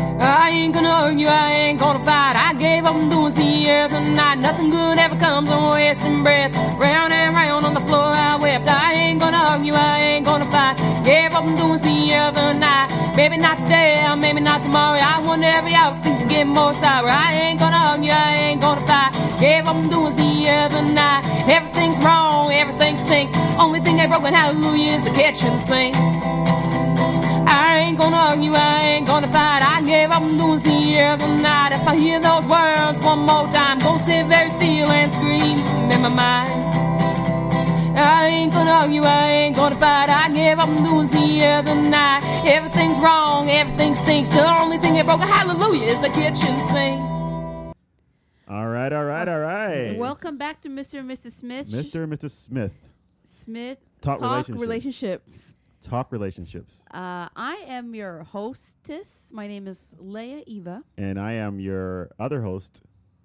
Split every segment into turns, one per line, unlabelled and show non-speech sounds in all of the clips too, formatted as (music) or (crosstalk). ain't gonna hurt you, I ain't gonna fight. I gave up on doing CL tonight. Nothing good ever comes, I'm wasting breath. Round and round on the floor, I wept. I ain't gonna hurt you, I ain't gonna fight. Gave up on doing CL tonight. Maybe not today, or maybe not tomorrow. I wonder every hour if things are getting more sour. I ain't gonna hurt you, I ain't gonna fight. Gave up on doing CL tonight. Everything's wrong, everything stinks. Only thing that broken, hallelujah, is the kitchen sink. I ain't gonna argue, I ain't gonna fight. I gave up on doing the other night. If I hear those words one more time, gonna sit very still and scream in my mind. I ain't gonna argue, I ain't gonna fight. I gave up on doing the other night. Everything's wrong, everything stinks. The only thing that broke a hallelujah is the kitchen sink.
All right, all right, all right.
Welcome back to Mr. and Mrs. Smith.
Mr. and Mrs. Smith.
Smith.
Talk relationships.
relationships.
Talk relationships.
Uh, I am your hostess. My name is Leia Eva.
And I am your other host,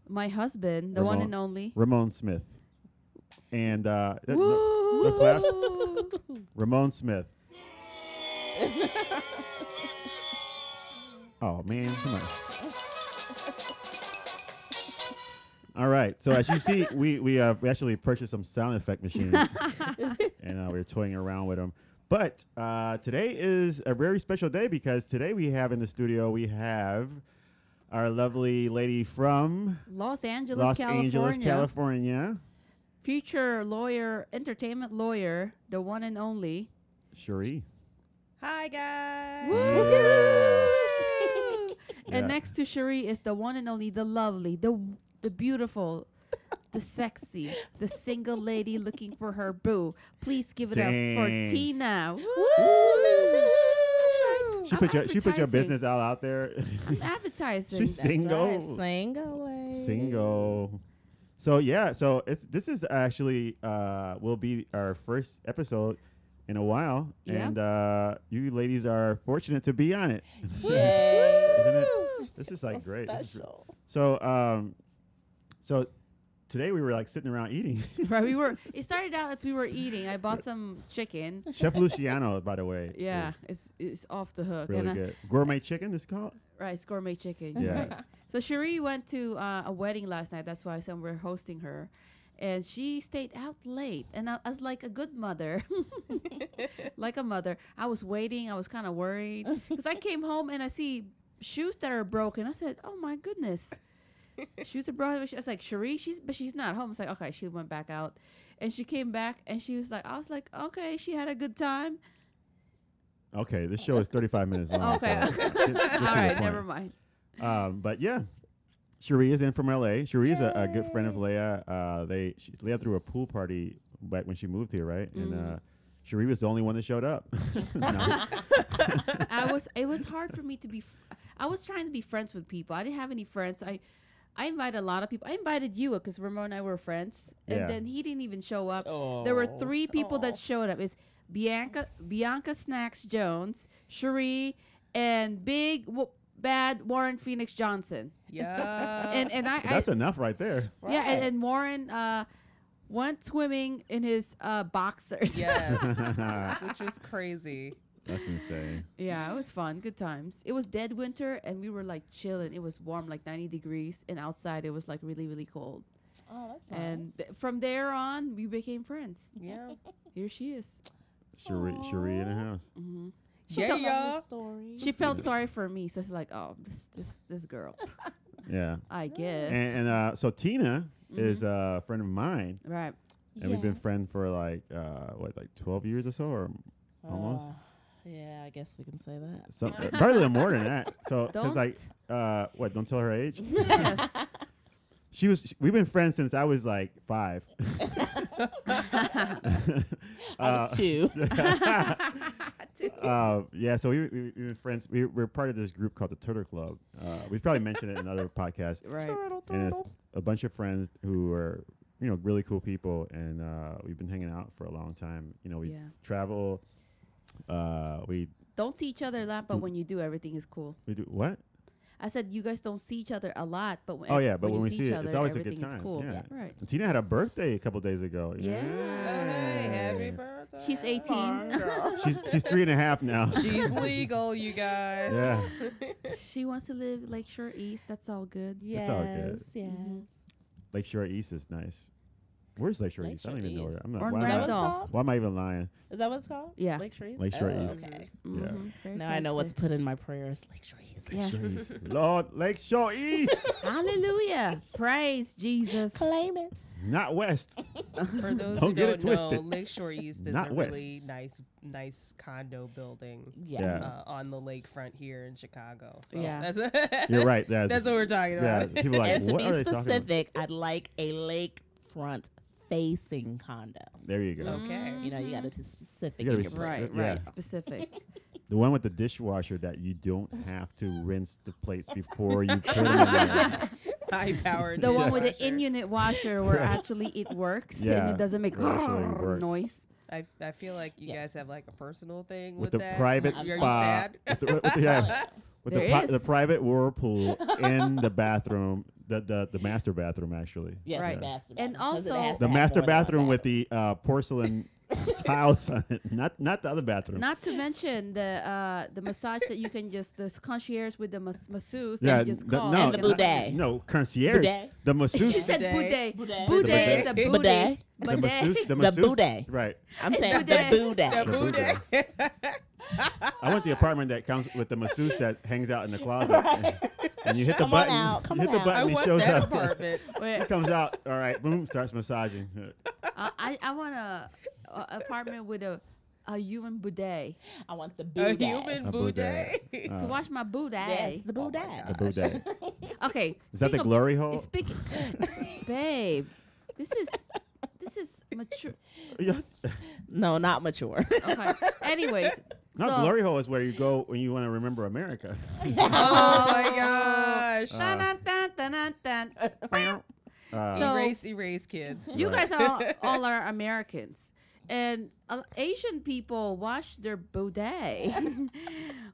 My husband, the one
Ramon.
and only.
Ramon Smith. And uh, uh, no,
Woo!
claps. Ramon (laughs) Smith. oh man, come on. All right. So as you (laughs) see, we we uh, we actually purchased some sound effect (laughs) machines, and uh, we were toying around with them. But uh, today is a very special day because today we have in the studio we have our lovely lady from
(laughs) Los Angeles,
Los
California.
Angeles, California,
Future lawyer, entertainment lawyer, the one and only.
Cherie.
Hi guys.
Yeah.
And next to Cherie is the one and only, the lovely, the w- the beautiful, the sexy, the single lady looking for her boo. Please give it up for
Dang.
Tina. Woo!
She
I'm
put your she put your
advertising.
business out out there. (laughs)
I'm advertising.
She's
That's-
single.
Single. lady.
Single. So yeah, so it's this is actually uh will be our first episode in a while.
Yeah.
And uh you ladies are fortunate to be on it. (laughs)
Yay.
Isn't it? This is like
So
great. This is gr-
Special.
so um so today we were like sitting around eating. (laughs)
Right, we were. It started out as we were eating. I bought some chicken.
Chef Luciano, by the way.
Yeah,
is
it's it's off the hook.
Really
and I,
good. Gourmet chicken is
(laughs)
called?
right, it's gourmet chicken.
Yeah.
So Cherie went to uh, a wedding last night. That's why I said we're hosting her. And she stayed out late. And I, I was like a good mother, (laughs) like a mother. I was waiting. I was kind of worried because I came home and I see shoes that are broken. I said, "Oh my goodness, shoes are broken." I was like, "Cherie, she's but she's not home." I was like, "Okay." She went back out, and she came back and she was like, "I was like, okay, she had a good time."
Okay, this show is 35 minutes long.
Okay. (laughs)
so get- get to the
All right,
point.
never mind.
Um, but yeah, Cherie is in from LA. Cherie is a, a good friend of Leia. Uh, they she, Leia threw a pool party back when she moved here, right?
Mm.
And uh, Cherie was the only one that showed up. (laughs)
(laughs)
No.
I was it was hard for me to be f- I was trying to be friends with people. I didn't have any friends. I I invited a lot of people. I invited you because Ramon and I were friends, and
Yeah.
then he didn't even show up. There were
Aw.
three people
Aw.
that showed up. Is Bianca Bianca Snacks Jones, Cherie, and Big w- Bad Warren Phoenix Johnson.
Yeah.
and and I, I
That's enough right there.
yeah, and,
Right.
and Warren uh, went swimming in his uh, boxers.
(laughs) yes. Which was crazy.
(laughs) That's insane.
Yeah, it was fun. Good times. It was dead winter, and we were like chilling. It was warm, like 90 degrees, and outside it was like really, really cold.
Oh, that's
And th- from there on, we became friends.
yeah.
Here she is.
Cherie, Cherie in the house.
hmm
Yeah, y'all.
She felt sorry for me, so it's like, oh, this this this girl.
Yeah.
I guess.
And, and uh, so Tina is
Mm-hmm.
uh, a friend of mine,
right. (laughs)
and we've been friends for like uh, what, like 12 years or so, or almost.
Uh, yeah, I guess we can say that.
Some, probably a little more uh, than
(laughs)
that. So, because
Don't.
like, uh, what? Don't tell her age.
yes.
She was. sh we've been friends since I was like five.
(laughs)
(laughs)
I was two.
(laughs) Uh, yeah, so we, we, we've been friends. We, we're part of this group called the Turtle Club. Uh, we've probably mentioned it in other podcasts.
right.
And it's a bunch of friends who are, you know, really cool people. And uh, we've been hanging out for a long time. You know, we
Yeah.
travel. Uh, we
Don't see each other a lot, but when you do, everything is cool.
we do what?
I said you guys don't see each other a lot, but when
Oh, yeah, but when we
you
see
each
it, it's
other,
always a good
everything is
time.
Cool.
Yeah.
Yeah. right.
And Tina had a birthday a couple days ago.
Yeah.
Oh,
Oh,
hey, happy
Yeah.
birthday.
She's 18. (laughs)
She's she's three and a half now. (laughs)
She's legal, you guys.
yeah.
She wants to live Lakeshore East. That's all good. Mm-hmm.
Yes.
It's all good.
Yes.
Mhm.
Lakeshore East is nice. Where's Lakeshore East? I don't
Lakeshore
even know where.
East.
I'm not.
Or
Why,
Is
am
that what it's
I,
Randolph.
called?
why am I even lying?
Is that what it's called?
Yeah.
Lakeshore East.
Lakeshore
Oh,
East.
Okay.
Mhm, very
Now I know what's
fancy.
put in my prayers. Lakeshore East.
(laughs)
Yes.
Lakeshore East. Lord, Lakeshore East,
(laughs)
Hallelujah. Praise Jesus.
Claim it.
not west.
For
Don't
those who
get it
don't know,
twisted.
Lakeshore East is
Not
a
west.
really nice, nice condo building
Yeah.
Yeah.
uh, on the lakefront here in Chicago. So
Yeah.
that's, (laughs)
You're right. That's,
that's what we're talking
yeah.
about.
People are like
and to
what are
be
they talking about?
specific, I'd like a lakefront facing condo.
There you go.
(laughs) okay.
You know, you got
Mhm.
Mm-hmm.
to be specific.
You gotta
in
be
your
spec-
Right,
preference.
yeah.
right. Specific.
(laughs) The one with the dishwasher that you don't have to rinse the plates before
(laughs)
you put them in.
High powered.
The one with the in unit
(laughs)
washer where actually it works and
Yeah,
it doesn't make
it
(laughs)
actually works.
noise.
I, I feel like you
Yeah.
guys have like a personal thing
With
with,
the
that.
private
Are you
spa.
sad?
(laughs) With the, with the- yeah, with the,
There
pri-
is.
the private whirlpool in the bathroom, the, the, the master bathroom, actually.
Yes,
Right.
the master
And
bathroom, 'cause it
also-
has to
The
have
master
more than one
bathroom with the uh, porcelain tiles on it, not, not the other bathroom.
Not to mention the uh, the massage that you can just the concierge with the mas- masseuse
yeah,
that you just
the-
call.
no,
And the
not-
bidet.
No, concierge.
Bidet.
The
(laughs) She
masseuse.
said boudet.
Bidet.
Bidet.
Boudet is a
Bidet.
booty.
Bidet.
the masseuse. The
The
masseuse.
bidet.
Right.
I'm saying the
bidet.
boo
The
(laughs) day.
boo day.
booty.
I want the apartment that comes with the masseuse that hangs out in the closet. And you hit the
Come on
button.
out, come
you hit
on
the
(laughs) I
out.
button. He
want
shows
that
up. (laughs)
apartment.
Wait,
He comes out. All right. Boom. Starts massaging.
uh, I I want a, a apartment with a a human boudet
I want the boo
a
day.
human
A
boo
boudet.
day.
Uh,
to wash my boudet.
Yes, the boo day.
Oh the bidet.
Okay.
Is that the
speak of-
glory hole?
Speak,
(laughs)
babe. This is this is mature. (laughs)
Yes.
No, not mature. (laughs)
Okay. Anyways.
(laughs) Not
so,
glory hole is where you go when you want to remember
(laughs)
America.
Oh my gosh.
Uh,
Dun, dun, dun, dun, dun, dun.
(laughs) Uh,
So-
erase, erase, kids.
You
Right.
guys all
(laughs)
all are Americans, and uh, Asian people wash their boudet (laughs)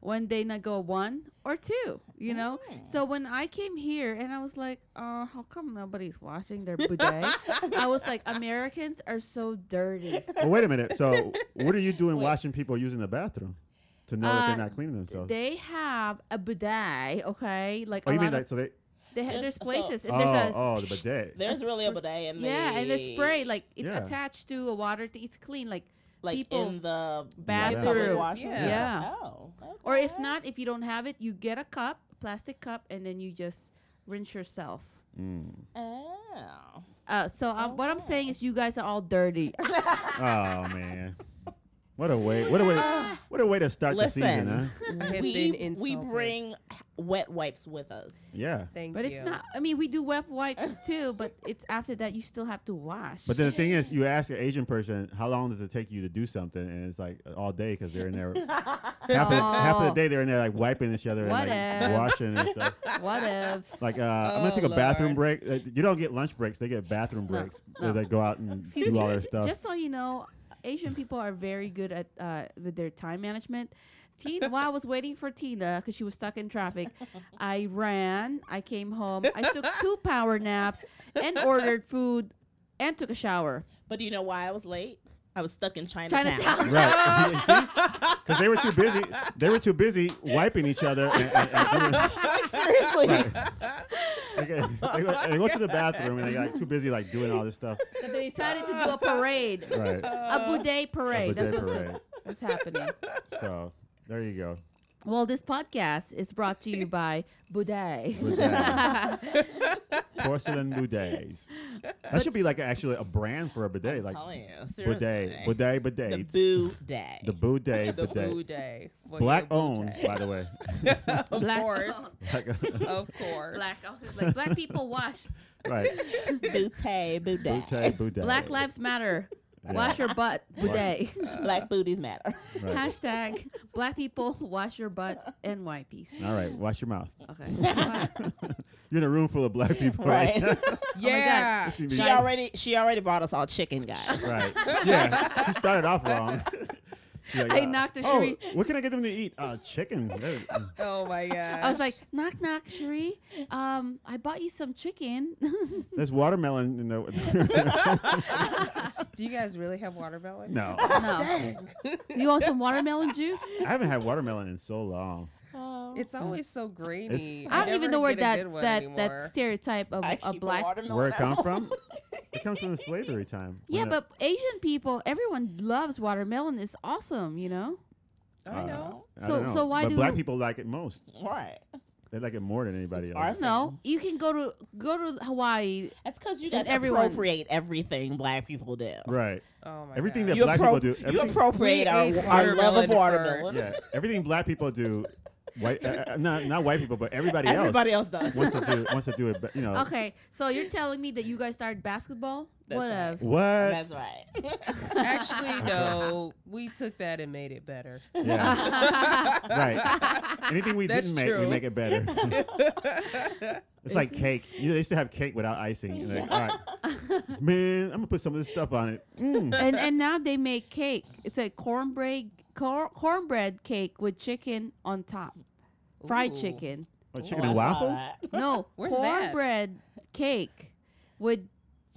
when they not go one or two. You know.
Oh.
So when I came here and I was like, "Oh, how come nobody's washing
(laughs)
their boudet?" I was like, "Americans are so dirty."
well, wait a minute.
(laughs)
So, what are you doing
Wait.
watching people using the bathroom to know that
Uh,
they're not cleaning themselves?
They have a bidet, okay? Like
oh,
a
you mean
lot
like
of
so they?
they ha-
There's-
there's
so-
places and
Oh,
there's a
oh, the
(laughs)
bidet.
There's
That's
really a
per-
bidet in the
yeah, and there's spray like it's
Yeah.
attached to a water thing. It's clean like
like
people
in the
bathroom.
public washroom.
Yeah.
Yeah.
Oh.
Or if
okay.
not, if you don't have it, you get a cup, plastic cup, and then you just rinse yourself.
Mm.
Oh.
Uh, so um, what I'm saying is, you guys are all dirty.
Oh man, what a way! What a way!
(laughs)
To, what a way to start the season, huh?
Listen,
I have been
we, we
insulted.
bring wet wipes with us.
Yeah.
Thank
but
you.
it's not. I mean, we do wet wipes too, but it's after that you still have to wash.
But then the thing is, you ask an Asian person, "How long does it take you to do something?" And it's like uh, all day because they're in
(laughs)
there. half, of the, half of the
Oh.
day they're in there like wiping each other and like
Whatevs.
washing and
(laughs)
stuff.
(laughs)
(laughs)
what if?
Like uh, I'm gonna
Oh,
take a bathroom
Lord.
break. Uh, you don't get lunch breaks; they get bathroom
No,
breaks where
no.
they go out and
Excuse
do
me.
all their stuff.
Just so you know, Asian people are very good at uh, with their time management. Tina, while I was waiting for Tina because she was stuck in traffic, I ran. I came home. I took two power naps and ordered food and took a shower.
But do you know why I was late? I was stuck in Chinatown.
(laughs)
Chinatown.
right? (laughs) Because they were too busy. They were too busy wiping each other. And, and, and doing-
Like, (laughs) (laughs) seriously.
Right. Okay. they, go, they go to the bathroom and they got too busy like doing all this stuff.
So they decided to do a parade,
Right.
a
Uh-huh.
boudet
Of
parade.
the
That's
day
what's,
parade.
what's happening.
So there you go.
Well, this podcast is brought to you by Boudet. (laughs)
Boudet. Porcelain bidets. That should be like actually a brand for a bidet, like
telling you,
bidet,
seriously.
bidet,
The
bidet,
boo day.
the bidet,
the boo
bidet.
day. Well,
Black
you're a boo
owned,
day.
(laughs) by the way.
of
Black
course.
owned.
Like- (laughs)
Of
(laughs)
course.
Black, I was just like, black people wash.
right.
Bootay, boo day.
Bidet, bidet.
Black lives matter.
Yeah.
Wash your butt, bidet.
(laughs) Black booties matter.
Right.
Hashtag black people wash your butt and white piece.
(laughs) All right. Wash your mouth.
Okay. Wow.
You're in a room full of black people, right?
(laughs) Right.
(laughs)
Oh
Yeah.
It's gonna be-
She already she already brought us all chicken, guys.
Right. Yeah. She started off wrong. (laughs) She's like,
I
uh,
knocked the
oh,
Sheree.
What can I get them to eat? Uh, chicken. (laughs) mm, That-
Oh my
(laughs)
god.
I was like, knock knock, Sheree. Um, I bought you some chicken. (laughs)
There's watermelon in the. (laughs)
do you guys really have watermelon?
no,
no, you want some watermelon juice?
I haven't had watermelon in so long.
Oh.
It's always so grainy.
I don't even
never
know where
get a
that
good one
that
anymore.
that stereotype of
I
a
keep a
black.
watermelon
Where it
at
come
(laughs)
home.
from? It comes from the slavery time.
yeah,
when the-
but Asian people, everyone loves watermelon. It's awesome, you know.
I
uh,
know.
I
So-
don't know.
so why
but
do-
black people like it most?
(laughs) Right.
They like it more than anybody
It's
else.
our-
No, you can go to go to Hawaii.
That's because you
It's
guys
everyone.
appropriate everything black people do.
Right.
Oh my
Everything
god.
that
You,
black
appro-
people do.
you
everything-
appropriate
We
our,
ate
our love of
watermelon
watermelon. (laughs)
yeah. Everything black people do, white uh, uh, not not white people, but everybody,
Everybody else does.
wants to do wants to do it. be- You know.
Okay, so you're telling me that you guys started basketball?
That's
what
right.
of?
What?
(laughs) That's
(laughs)
right.
Actually, no. We took that and made
(laughs)
it better.
Yeah.
(laughs)
right. Anything we
That's
didn't make, we
true.
make it better.
(laughs)
it's like cake. You know, they used to have cake without icing. You're like, all right,
(laughs)
man, I'm gonna put some of this stuff on it. Mm.
and and now they make cake. It's a cornbread cor- cornbread cake with chicken on top, fried
Ooh.
chicken.
(laughs)
Oh,
Ooh,
chicken
I
and
saw
waffles.
that.
No,
Where's that?
cornbread cake with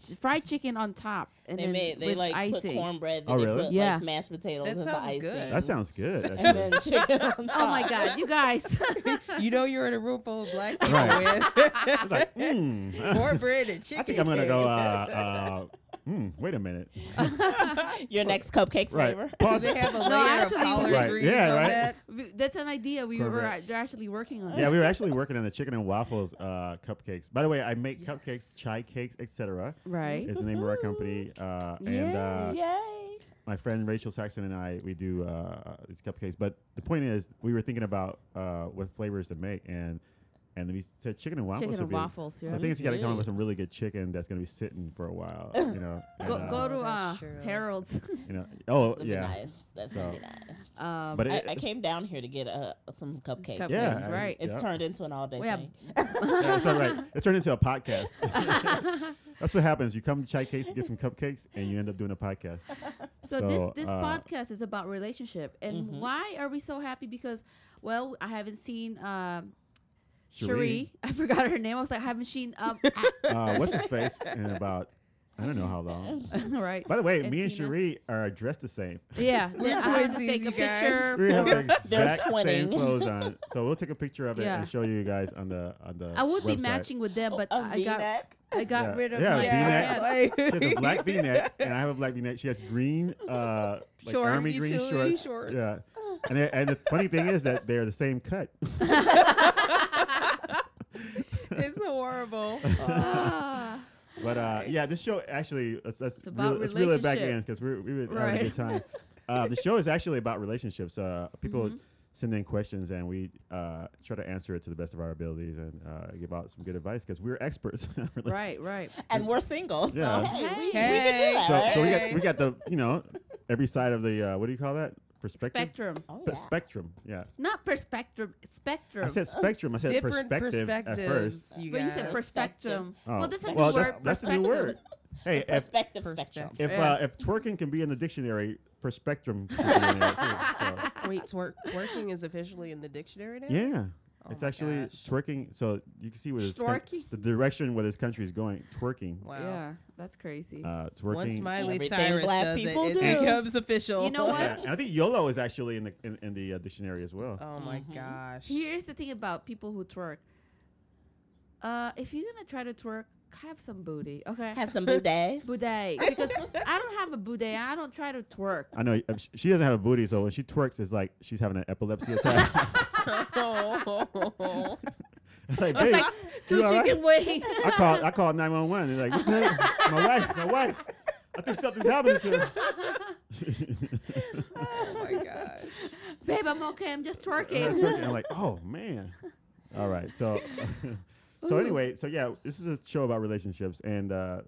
ch- fried chicken on top, and
They
then
made they
with
like put
icing.
cornbread. Then
Oh,
they
really?
Put,
Yeah.
Like, mashed potatoes
That
as the
sounds
icing.
good.
That sounds good.
And then
Actually.
chicken on top.
(laughs) Oh my god, you guys! (laughs)
you know you're in a room full of black people
Right.
(laughs)
with
It's
(laughs)
like, mm.
cornbread and
(laughs)
chicken.
I think I'm gonna go. Uh, uh, mm, wait a minute.
(laughs) Your next cupcake
Right.
flavor.
(laughs) Do
Pause.
they have a layer
actually,
of collard
uh, Right.
greens
Yeah,
on
right.
that?
We- That's an idea we were
Cornbread.
they're actually working on.
Yeah, we were
(laughs)
actually working on the chicken and waffles uh, cupcakes. By the way, I make cupcakes, chai cakes, etc.
right.
Is the name of our company, uh, and uh,
(laughs) Yay.
my friend Rachel Saxon and I we do uh, these cupcakes. But the point is, we were thinking about uh, what flavors to make, and and we said chicken and waffles.
Chicken
would
and
be,
waffles. Yeah.
I think it's got to come up with some really good chicken that's going to be sitting for a while. You know. and,
(laughs) Go,
uh,
go to
Oh,
uh,
that's true.
Harold's. (laughs)
You know. Oh
That'd
yeah.
Be nice. That's
So-
gonna be nice.
Um,
But
I,
it,
I came down here to get uh, some cupcakes.
Cupcakes,
yeah,
That's
I-
right.
It's
yeah.
turned into an all day
We have-
thing.
Yeah, it's all right.
(laughs)
It turned into a podcast. that's what happens. You come to Chai Cakes to get some cupcakes, and you end up doing a podcast.
(laughs) So, this
So,
this
uh,
podcast is about relationship, and
Mhm.
why are we so happy? Because, well, I haven't seen um
Cherie.
Cherie. I forgot her name. I was like, I haven't seen um,
Uh, what's his face? In about I don't know how long.
(laughs) right?
By the way, me and
Tina.
Cherie are dressed the same.
Yeah, then
We're
I have to
twinsies,
take
you
a
guys.
picture.
We have the
for- (laughs)
exact same
twinning.
clothes on, so we'll take a picture of it
Yeah.
and show you guys on the on the.
I would be
website.
matching with them, but
A
I got
Oh, V-neck.
I got
Yeah.
rid of
Yeah,
my
V-neck.
(laughs)
(laughs)
yeah.
She
(laughs)
has a black V-neck, and I have a black V-neck. She has green, uh, like
Shorts.
army green
Utility
shorts.
shorts.
Yeah, and it- and the funny thing is that they're the same cut.
(laughs)
(laughs)
It's horrible.
Ah.
But uh, yeah, this show actually let's let's,
about
reel, let's reel it back in
relationship.
because we we were having a good time. Uh, the show is actually about relationships. Uh, people
Mm-hmm.
send in questions and we uh, try to answer it to the best of our abilities and uh, give out some good advice because we're experts. (laughs) on relationships.
right, right.
And we're single, so
Yeah.
hey, we- we,
Hey.
can do
So,
that.
so we
right?
got we got the you know every side of the uh, what do you call that perspective
Spectrum,
Oh,
Pe-
yeah.
spectrum yeah
not perspective. Spectrum.
I said spectrum I said
Different
perspective at first
perspectives. You
but
guys.
you said perspective.
oh.
Well, that's a new
well
word.
that's, that's the new
(laughs)
word hey if
perspective
Perspective.
if,
spectrum.
Yeah.
uh, if twerking can be in the dictionary perspectrum should be in there too, so.
Wait, twerk, twerking is officially in the dictionary now?
yeah
Oh
it's
my
actually
gosh.
twerking so you can see where this coun-
Storky?
the direction where this country is going twerking
Wow.
Yeah, that's crazy.
uh, twerking
Once Miley
Everything
Cyrus
black
does it,
people
it
do.
becomes official.
You know what?
yeah, and I think YOLO is actually in the in, in the uh, dictionary as well.
(laughs) Oh my
Mhm.
gosh.
Here's the thing about people who twerk. Uh, if you're gonna try to twerk, have some booty, okay?
Have some boudet.
booty (laughs) because I don't have a booty. I don't try to twerk.
(laughs) I know uh, sh- she doesn't have a booty, so when she twerks, it's like she's having an epilepsy attack. (laughs)
(laughs)
oh.
like,
It's
babe,
like two
you all right?
chicken wings. (laughs)
I called I called 911. They're like, what the heck? my wife, my wife. I think something's happening to her. (laughs)
oh my gosh.
Babe, I'm okay. I'm just
And I'm
twerking.
twerking, I'm like, oh man. All right. So (laughs) so anyway, so yeah, this is a show about relationships and uh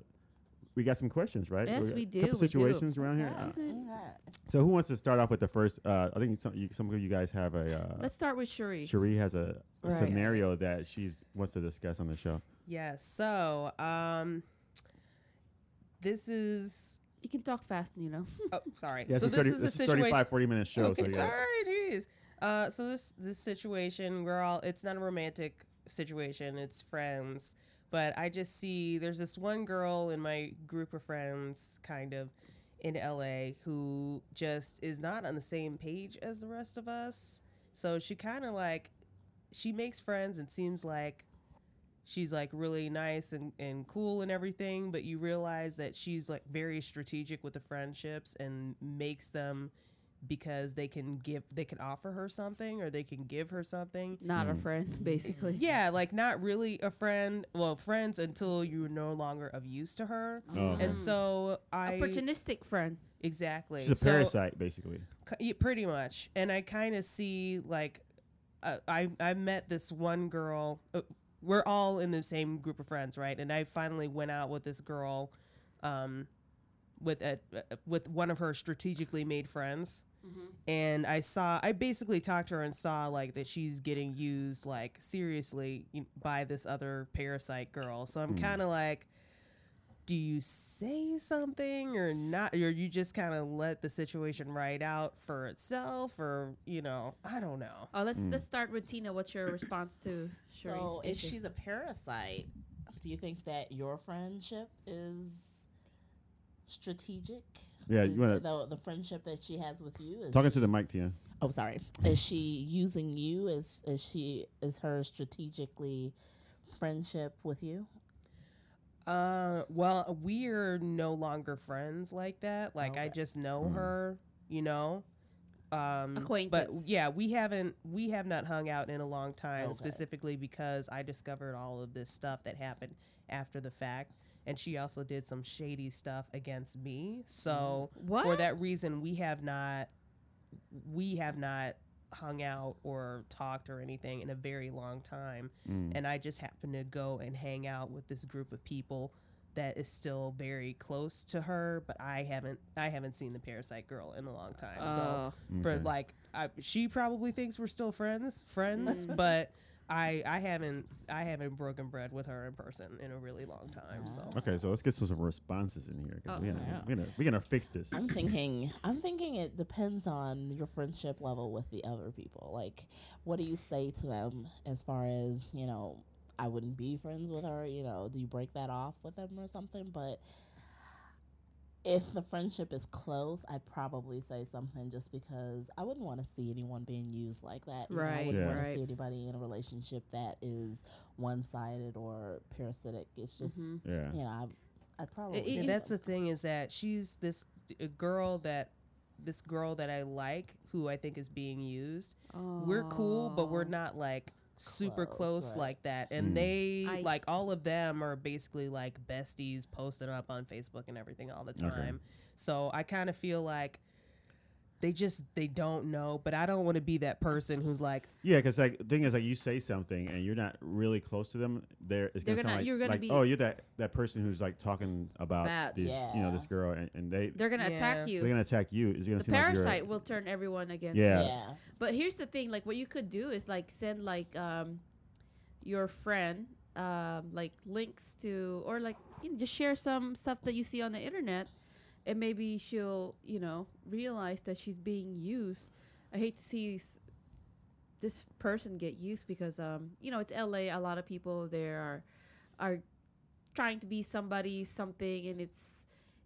we got some questions, right?
Yes, we
A
do,
couple
we do.
situations around here.
Yeah.
Uh, So who wants to start off with the first? Uh, I think some, you, some of you guys have a. Uh,
Let's start with Cherie.
Cherie has a, a
Right.
scenario that she wants to discuss on the show.
Yes. So, um, this is
You can talk fast, you know.
Oh, sorry.
Yeah,
so
it's
this
30,
is a
it's
situation.
35, 40 minute show.
okay,
so yeah.
sorry, jeez. Uh, so this this situation, we're all. It's not a romantic situation. It's friends. But I just see there's this one girl in my group of friends, kind of, in LA, who just is not on the same page as the rest of us. So she kind of like, she makes friends and seems like she's like really nice and, and cool and everything but you realize that she's like very strategic with the friendships and makes them because they can give they can offer her something or they can give her something
Not a
Mm.
friend, basically.
yeah like not really a friend well friends until you're no longer of use to her
Oh, okay.
and so i
opportunistic friend.
exactly
She's a
So-
parasite, basically.
K- yeah, pretty much and i kind of see like uh, i i met this one girl uh, we're all in the same group of friends right and i finally went out with this girl um with a, uh, with one of her strategically made friends and i saw i basically talked to her and saw like that she's getting used like seriously you- by this other parasite girl so i'm
Hmm.
kind of like do you say something or not or you just kind of let the situation ride out for itself or you know i don't know
Oh, let's
Mm.
let's start with Tina. What's your response to Cherie's
So if
issue?
she's a parasite, do you think that your friendship is strategic?
Yeah,
Is
you wanna-
the, the friendship that she has with you? Is
Talking
she,
to the mic, Tina.
Oh, sorry. Is she using you? Is is she is her strategically friendship with you?
uh well we're no longer friends like that like i
Okay.
just know
Mm.
her you know um but
Acquaintance.
yeah we haven't we have not hung out in a long time
Okay.
specifically because i discovered all of this stuff that happened after the fact and she also did some shady stuff against me
Mm-hmm.
so
what?
for that reason we have not we have not hung out or talked or anything in a very long time
Mm.
and i just happen to go and hang out with this group of people that is still very close to her but i haven't i haven't seen the parasite girl in a long time so
Oh,
for
Okay.
like I, she probably thinks we're still friends friends
Mm.
but i i haven't i haven't broken bread with her in person in a really long time so
Okay, so let's get some, some responses in here. 'cause
Oh.
we're,
Yeah.
gonna, we're, gonna, we're gonna fix this.
I'm thinking. I'm thinking it depends on your friendship level with the other people. Like, what do you say to them as far as you know? I wouldn't be friends with her. You know, do you break that off with them or something? But if the friendship is close, I'd probably say something just because I wouldn't want to see anyone being used like that. you know, I
Right,
wouldn't
Yeah.
want
right.
to see anybody in a relationship that is one-sided or parasitic. It's just
mhm.
Yeah.
you know, Mm-hmm. I, I'd probably
it
Yeah,
is-
say
that's the
something.
thing is that she's this a girl that this girl that I like who I think is being used. We're cool, but we're
Oh.
not like super
Close,
close
right.
like that. And
Mm.
they
I-
like all of them are basically like besties posting up on Facebook and everything all the
Okay.
time. So I kind of feel like they just they don't know, but I don't want to be that person who's like,
Yeah, because like the thing is like you say something and you're not really close to them. There, it's
They're
gonna,
gonna-
sound like,
you're gonna
like,
be-
oh, you're that that person who's like talking about
Bad.
these, you know, this
Yeah.
girl, and, and they
They're gonna
Yeah.
attack you.
they're gonna attack you. It's gonna
the
seem
parasite
like you're.
will turn everyone against
Yeah.
you.
yeah.
But here's the thing: like, what you could do is like send like um, your friend um, like links to, or like you know, just share some stuff that you see on the internet, and maybe she'll you know realize that she's being used. I hate to see s- this person get used because um, you know it's L.A. A lot of people there are are trying to be somebody, something, and it's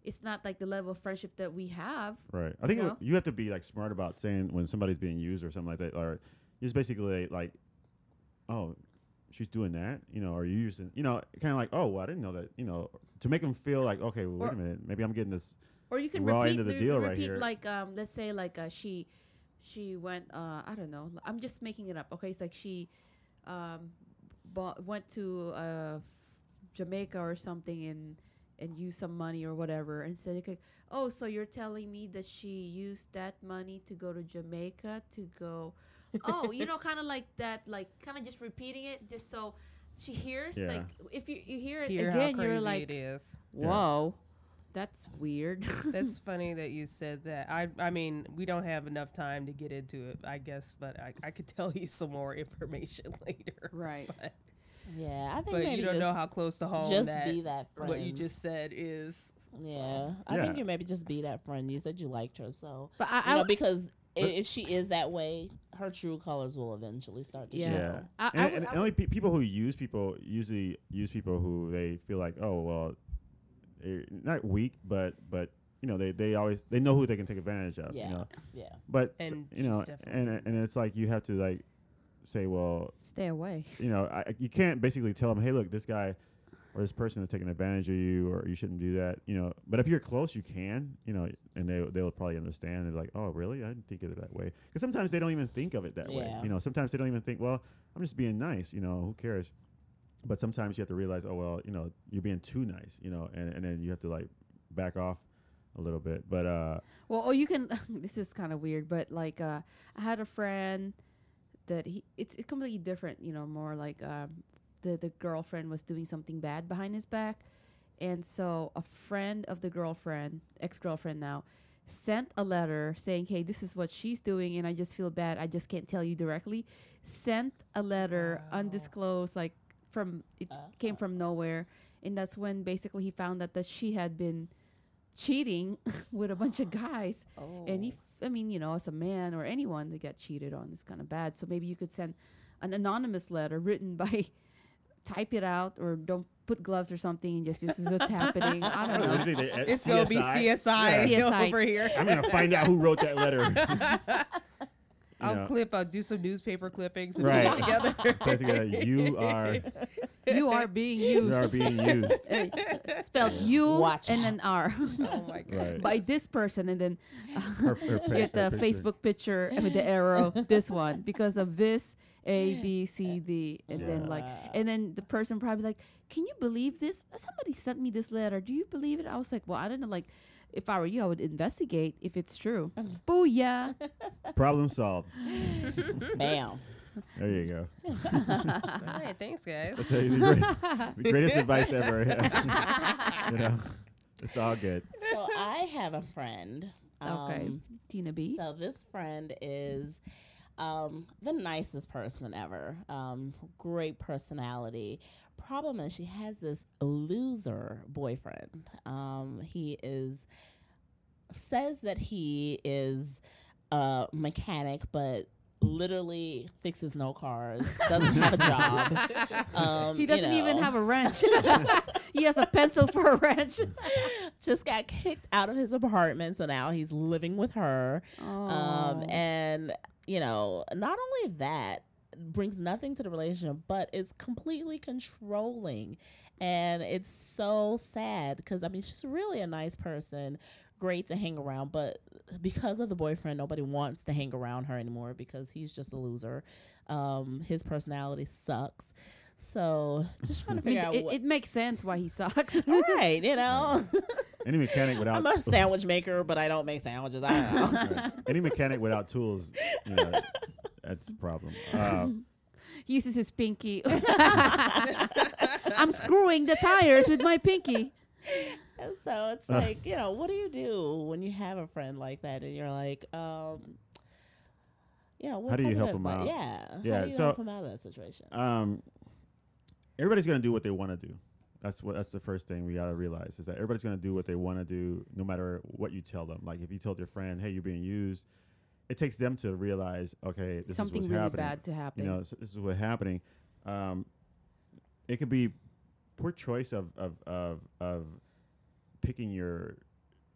it's not like the level of friendship that we have.
Right. I think
you know?
you have to be like smart about saying when somebody's being used or something like that, or just basically like, oh, she's doing that, you know, or you using, you know, kind of like, oh, well, I didn't know that, you know, to make them feel like, okay, well, wait
Or-
a minute, maybe I'm getting this.
Or you can
raw
repeat
end of the
re-
deal right
repeat
here.
like um let's say like uh, she she went uh I don't know. I'm just making it up. Okay, it's like she um bought, went to uh Jamaica or something and and used some money or whatever and said okay, "Oh, so you're telling me that she used that money to go to Jamaica to
(laughs)
go Oh, you know kind of like that like kind of just repeating it just so she hears
Yeah.
like if you, you hear it
"Here, how
again
crazy
you're
it
like,
is."
Yeah.
"Whoa." That's weird. (laughs)
That's funny that you said that. I I mean, we don't have enough time to get into it, I guess, but I, I could (laughs) tell you some more information (laughs) later.
Right.
But,
Yeah, I think
but
maybe
you don't
just,
know how close to home
just
that,
be that friend.
what you just said is.
Yeah, I think
Yeah.
you maybe just be that friend. You said you liked her, so
But I,
you
I,
know because i-
But-
if she is that way, her true colors will eventually start to
Yeah.
show.
I, I
And,
would-
and
I
only pe- people who use people usually use people who they feel like, oh well, they're not weak, but but you know they, they always they know who they can take advantage of.
Yeah.
You know,
Yeah,
but s-
And
you
she's
know, and
definitely-
and it's like you have to like say, well,
would stay away.
you know, I, you can't basically tell them, hey, look, this guy or this person is taking advantage of you, or you shouldn't do that. You know, but if you're close, you can. You know, and they they'll probably understand. They're like, oh, really? I didn't think of it that way. Because sometimes they don't even think of it that way.
Yeah.
You know, sometimes they don't even think, well, I'm just being nice. You know, who cares? But sometimes you have to realize, oh well, you know, you're being too nice. You know, and and then you have to like back off a little bit. But uh,
Well, or you can. (laughs) this is kind of weird, but like, uh, I had a friend that he. It's, it's completely different, you know. More like um, the the girlfriend was doing something bad behind his back, and so a friend of the girlfriend, ex girlfriend now, sent a letter saying, "Hey, this is what she's doing, and I just feel bad. I just can't tell you directly." Sent a letter,
Wow.
undisclosed, like from it
Uh,
came
uh.
from nowhere, and that's when basically he found out that she had been cheating (laughs) with a bunch of guys.
Oh.
And
(laughs)
he, I mean, you know, as a man or anyone that got cheated on is kind of bad. So maybe you could send an anonymous letter written (laughs) by, type it out or don't put gloves or something and just this is what's happening. I
I
don't
don't know,
know.
they- they- uh,
(laughs) It's gonna be (laughs) CSI
Yeah. CSI.
over here.
I'm gonna find out who wrote that letter.
(laughs)
(laughs)
I'll
know.
clip. I'll do some newspaper clippings and
Right.
put it together.
Put it together. You
(laughs)
are
You are
(laughs)
being
you are
used.
being used.
Uh, spelled U
Watch
and
out.
an R
(laughs)
(laughs)
Oh my god.
Right.
by this person, and then
(laughs)
Her-
(laughs)
her pa-
get
her
the
picture.
Facebook picture with the arrow. This one because of this A B C D, and then like,
Wow.
and then the person probably like, "Can you believe this? Somebody sent me this letter. Do you believe it?" I was like, "Well, I don't know. Like, if I were you, I would investigate if it's
(laughs)
true." Booyah! (laughs)
Problem solved.
bam.
There you go.
All right. Thanks, guys. (laughs)
That's the,
(laughs)
great- the greatest advice ever. (laughs)
(laughs)
you know, it's all good.
so I have a friend.
okay,
um,
Tina B.
So this friend is um, the nicest person ever. Um, great personality. Problem is, she has this loser boyfriend. Um, he is says that he is a mechanic, but literally fixes no cars. Doesn't have
(laughs)
a job. Um,
he
you
doesn't even
know.
have a wrench. (laughs) he has a pencil for a wrench.
(laughs) just got kicked out of his apartment, so now he's living with her. Um,
Oh.
and you know, not only that brings nothing to the relationship, but it's completely controlling, and it's so sad because I mean, she's really a nice person, great to hang around, but because of the boyfriend, nobody wants to hang around her anymore because he's just a loser. Um, his personality sucks. So just trying
(laughs)
to
I mean,
figure out
it,
what.
it makes sense why he sucks.
right, you know.
(laughs)
(laughs)
Any mechanic without
I'm a sandwich maker, but I don't make sandwiches. I don't know.
(laughs) Right. any mechanic without tools, you know, that's a problem. Uh,
He uses his pinky. (laughs) I'm screwing the tires with my pinky.
And so
(laughs)
it's
Uh.
like, you know, what do you do when you have a friend like that and you're like, um, yeah, what
do you
type
help
of
'em
advi-
out?
Yeah.
Yeah,
How do you
so-
help them out of that situation?
um, everybody's gonna do what they want to do. That's what. That's the first thing we gotta realize is that everybody's gonna do what they want to do, no matter what you tell them. Like if you told your friend, "Hey, you're being used," it takes them to realize, okay, this
Something
is what's
really
happening.
bad to happen.
you know so this is what's happening um, it could be poor choice of of of, of picking your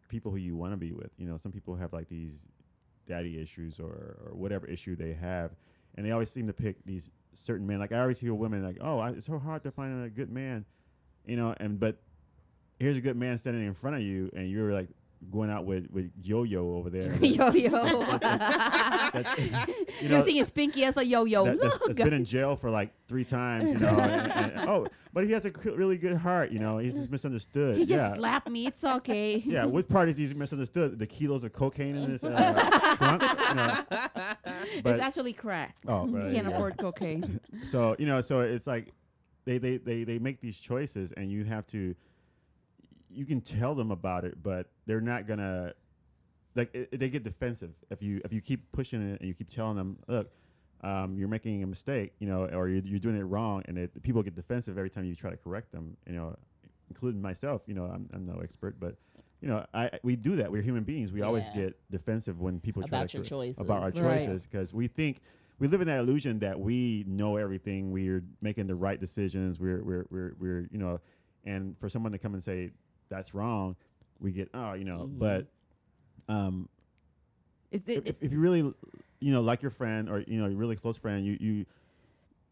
people who you want to be with you know some people have like these daddy issues or or whatever issue they have and they always seem to pick these certain men like i always hear women like oh I, it's so hard to find a good man you know and but here's a good man standing in front of you and you're like going out with with yo-yo over there
(laughs) yo yo.
(laughs) you know-
Using his pinky as a yo yo.
that, that's,
Look.
that's been in jail for like three times, you know. and-
(laughs)
and- oh, but he has a cr- really good heart, you know. He's just misunderstood.
he just
yeah.
slapped me. It's okay.
(laughs) yeah, what part is he misunderstood? The kilos of cocaine in his uh, trunk. You know?
(laughs) it's
But
actually crack. (laughs)
oh,
You
right,
can't
yeah.
afford
(laughs)
cocaine.
So you know, so it's like they, they they they make these choices, and you have to. You can tell them about it, but they're not gonna. Like i i- they get defensive if you if you keep pushing it and you keep telling them, look, um, you're making a mistake, you know, or you're, you're doing it wrong, and it, people get defensive every time you try to correct them, you know. including myself, you know, I'm, I'm no expert, but you know, I I- we do that. We're human beings. We always
Yeah.
get defensive when people try
About
to
your
cor- about our
choices.
Right.
choices because we think we live in that illusion that we know everything. We're making the right decisions. We're we're we're we're you know, and for someone to come and say that's wrong, we get oh you know,
Mhm.
but um,
Is
if,
it,
if- if you really you know like your friend or you know your really close friend you you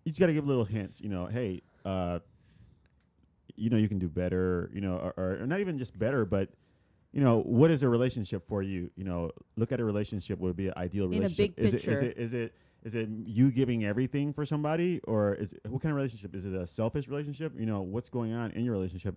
you just got to give little hints you know hey uh you know you can do better you know or- or, or not even just better but you know what is a relationship for you you know look at a relationship what would be an ideal
In a
relationship
big
is
picture.
it is it is it is it you giving everything for somebody or is it, what kind of relationship is it a selfish relationship you know what's going on in your relationship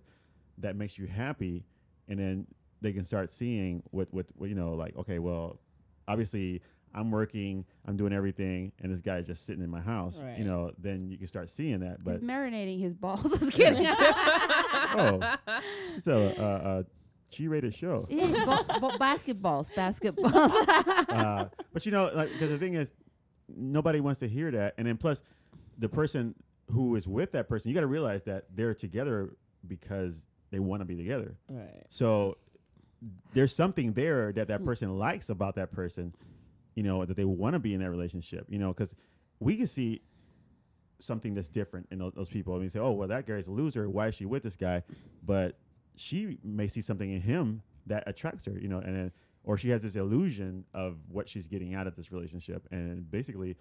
that makes you happy and then they can start seeing what what, what you know like okay well obviously I'm working, I'm doing everything, and this guy's just sitting in my house,
Right.
you know, then you can start seeing that.
he's (laughs)
But
marinating his balls. Just kidding. (laughs)
oh, this is a, a, a G-rated
(laughs)
show.
It is ba- ba- basketballs, basketballs. (laughs)
uh, but you know, like, because the thing is, nobody wants to hear that, and then plus, the person who is with that person, you got to realize that they're together because they want to be together.
Right.
So there's something there that
Hmm.
that person likes about that person, you know, that they want to be in that relationship, you know, because we can see something that's different in tho- those people. I mean, say, oh, well, that guy's a loser. Why is she with this guy? But she may see something in him that attracts her, you know, and then, or she has this illusion of what she's getting out of this relationship. And basically,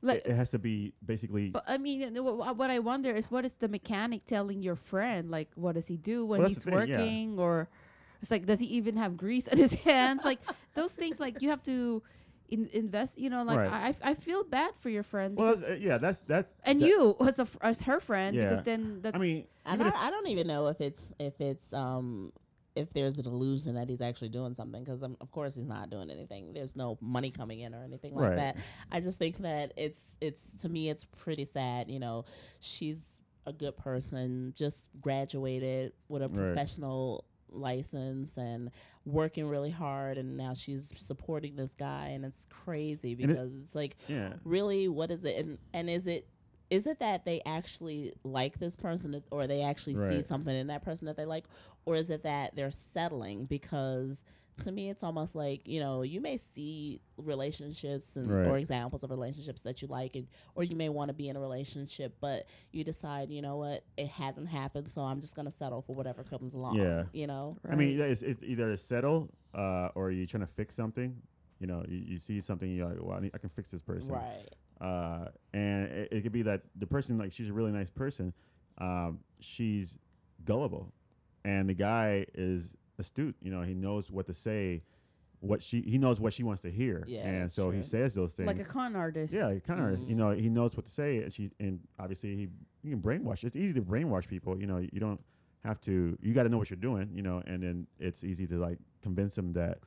Like-
it, it has to be basically.
But I mean, and wh- wh- what I wonder is what is the mechanic telling your friend? Like, what does he do when
Well, that's
he's
the thing, yeah.
working? Or it's like, does he even have grease on his (laughs) hands? like, those things, like, you have to in- invest, you know, like,
Right.
I, I I feel bad for your friend.
well,
because-
that's, yeah, that's that's
and
that-
you as, a, fr- as her friend,
Yeah.
because then that's.
I mean,
And
even
I,
if-
I don't even know if it's if it's um if there's an illusion that he's actually doing something because um, of course he's not doing anything. There's no money coming in or anything like
Right.
that. I just think that it's it's to me it's pretty sad. You know, she's a good person, just graduated with a
Right.
professional license and working really hard, and now she's supporting this guy, and it's crazy
And it-
because it's like
yeah,
really what is it and, and is it is it that they actually like this person that- or they actually see
Right.
something in that person that they like or is it that they're settling because to me it's almost like you know you may see relationships and
Right.
or examples of relationships that you like and or you may want to be in a relationship but you decide you know what it hasn't happened so i'm just going to settle for whatever comes along
Yeah.
you know
I mean, yeah, it's, it's either to settle uh, or you're trying to fix something. You know, you, you see something, you're like, well, I, need, I can fix this person.
right
Uh, and it, it could be that the person, like, she's a really nice person. Um, she's gullible. And the guy is astute. You know, he knows what to say, what she, he knows what she wants to hear.
Yeah,
and
that's
so he
true.
says those things.
like a con artist.
Yeah, kind of.
Mhm.
Mm-hmm.
You know, he knows what to say, and she and obviously he you can brainwash. It's easy to brainwash people. You know, you don't have to. You got to know what you're doing. You know, and then it's easy to like convince them that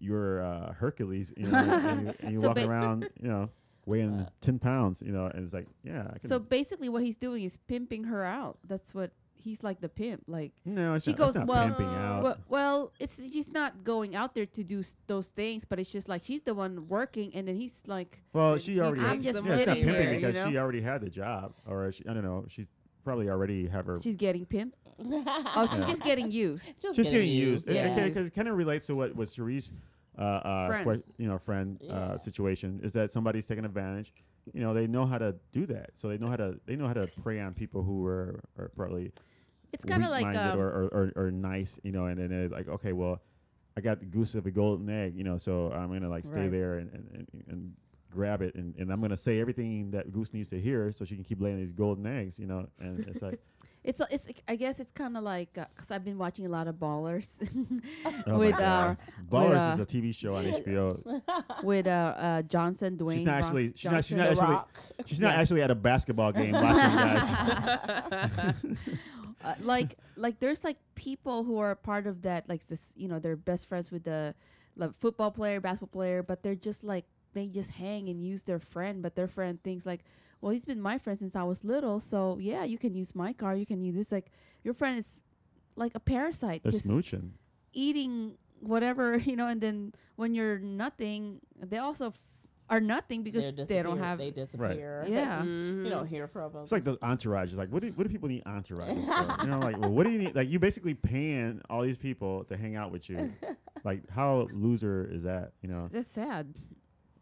you're uh, Hercules. You know, and you, and you
(laughs) So
walking
ba-
around. You know, weighing
Uh.
ten pounds. You know, and it's like, yeah, I can.
So basically, what he's doing is pimping her out. That's what he's like the pimp. Like,
no, it's
she
not, it's
goes,
not
well,
pimping out.
Well, well, it's she's not going out there to do s- those things, but it's just like she's the one working, and then he's like,
Well,
And
she
he
already.
takes
Yeah,
I'm
it's
just
not
sitting
pimping
here, you
because
know?
she already had the job, or she, I don't know. She's probably already have her
she's getting pimped. Oh,
oh (laughs)
she's
Yeah.
just getting
(laughs)
used.
just,
just getting used.
yeah.
Yeah. Because it kind of relates to what was Cherie's, uh, uh,
Friend.
que- you know, friend
Yeah.
uh, situation is that somebody's taking advantage. You know, they know how to do that, so they know how to they know how to prey on people who are, are probably
It's kind of
weak-minded
like um,
or, or, or or nice. You know, and then they're like, okay, well, I got the goose of a golden egg. You know, so I'm gonna like stay
Right.
there and and, and, and grab it and, and I'm gonna say everything that goose needs to hear so she can keep laying these golden eggs. You know, and it's
(laughs)
like,
it's a- it's I guess it's kind of like because I've been watching a lot of ballers (laughs)
oh
with
my God.
uh
Ballers is
with, uh,
a TV show
(laughs)
on HBO.
with uh, uh Johnson Dwayne.
She's not
Ro-
actually. She's not. She's
Johnson.
not actually.
rock
She's not actually at a basketball game watching
(laughs)
guys.
uh, like like there's like people who are part of that like this you know they're best friends with the like, football player basketball player but they're just like they just hang and use their friend but their friend thinks like well he's been my friend since i was little so yeah you can use my car you can use this like your friend is like a parasite
They're
just
smooching.
(laughs) eating whatever you know and then when you're nothing they also f- are nothing because
They're
they don't
disappeared.
have.
They disappear. Mm.
Yeah.
you
Mhm.
Mm.
don't hear from them.
It's like the entourage. It's like, what do, what do people need entourages for? You know, like, well, what do you need? Like, you basically paying all these people to hang out with you. Like, how loser is that? You know,
That's sad.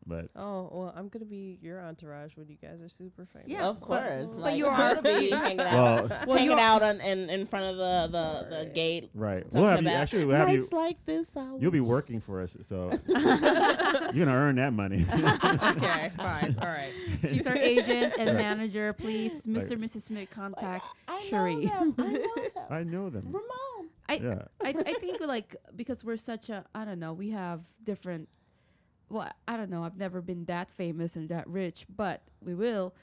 but
Oh well, I'm gonna be your entourage when you guys are super famous.
Yeah.
of
but-
course.
but
like,
you
I'm
are-
gonna
(laughs)
be hanging
(laughs)
out,
well,
Well,
hanging
you are-
out on, in in front of the the, the
Sorry.
gate.
right.
talking
We'll have you
about,
actually. We'll have you.
Nights like this. I
You'll be
wish."
working for us,
(laughs)
so you're gonna earn that money.
okay, fine, all right.
(laughs)
She's our agent and
Right.
manager. Please,
Right.
Mr. and Mrs. Smith,
Like,
contact.
I, I
Cherie.
Know them.
(laughs)
I know them.
I know them.
Ramon.
I,
Yeah.
I, (laughs) I think like because we're such a I don't know we have different. Well, I don't know. I've never been that famous and that rich, but we will.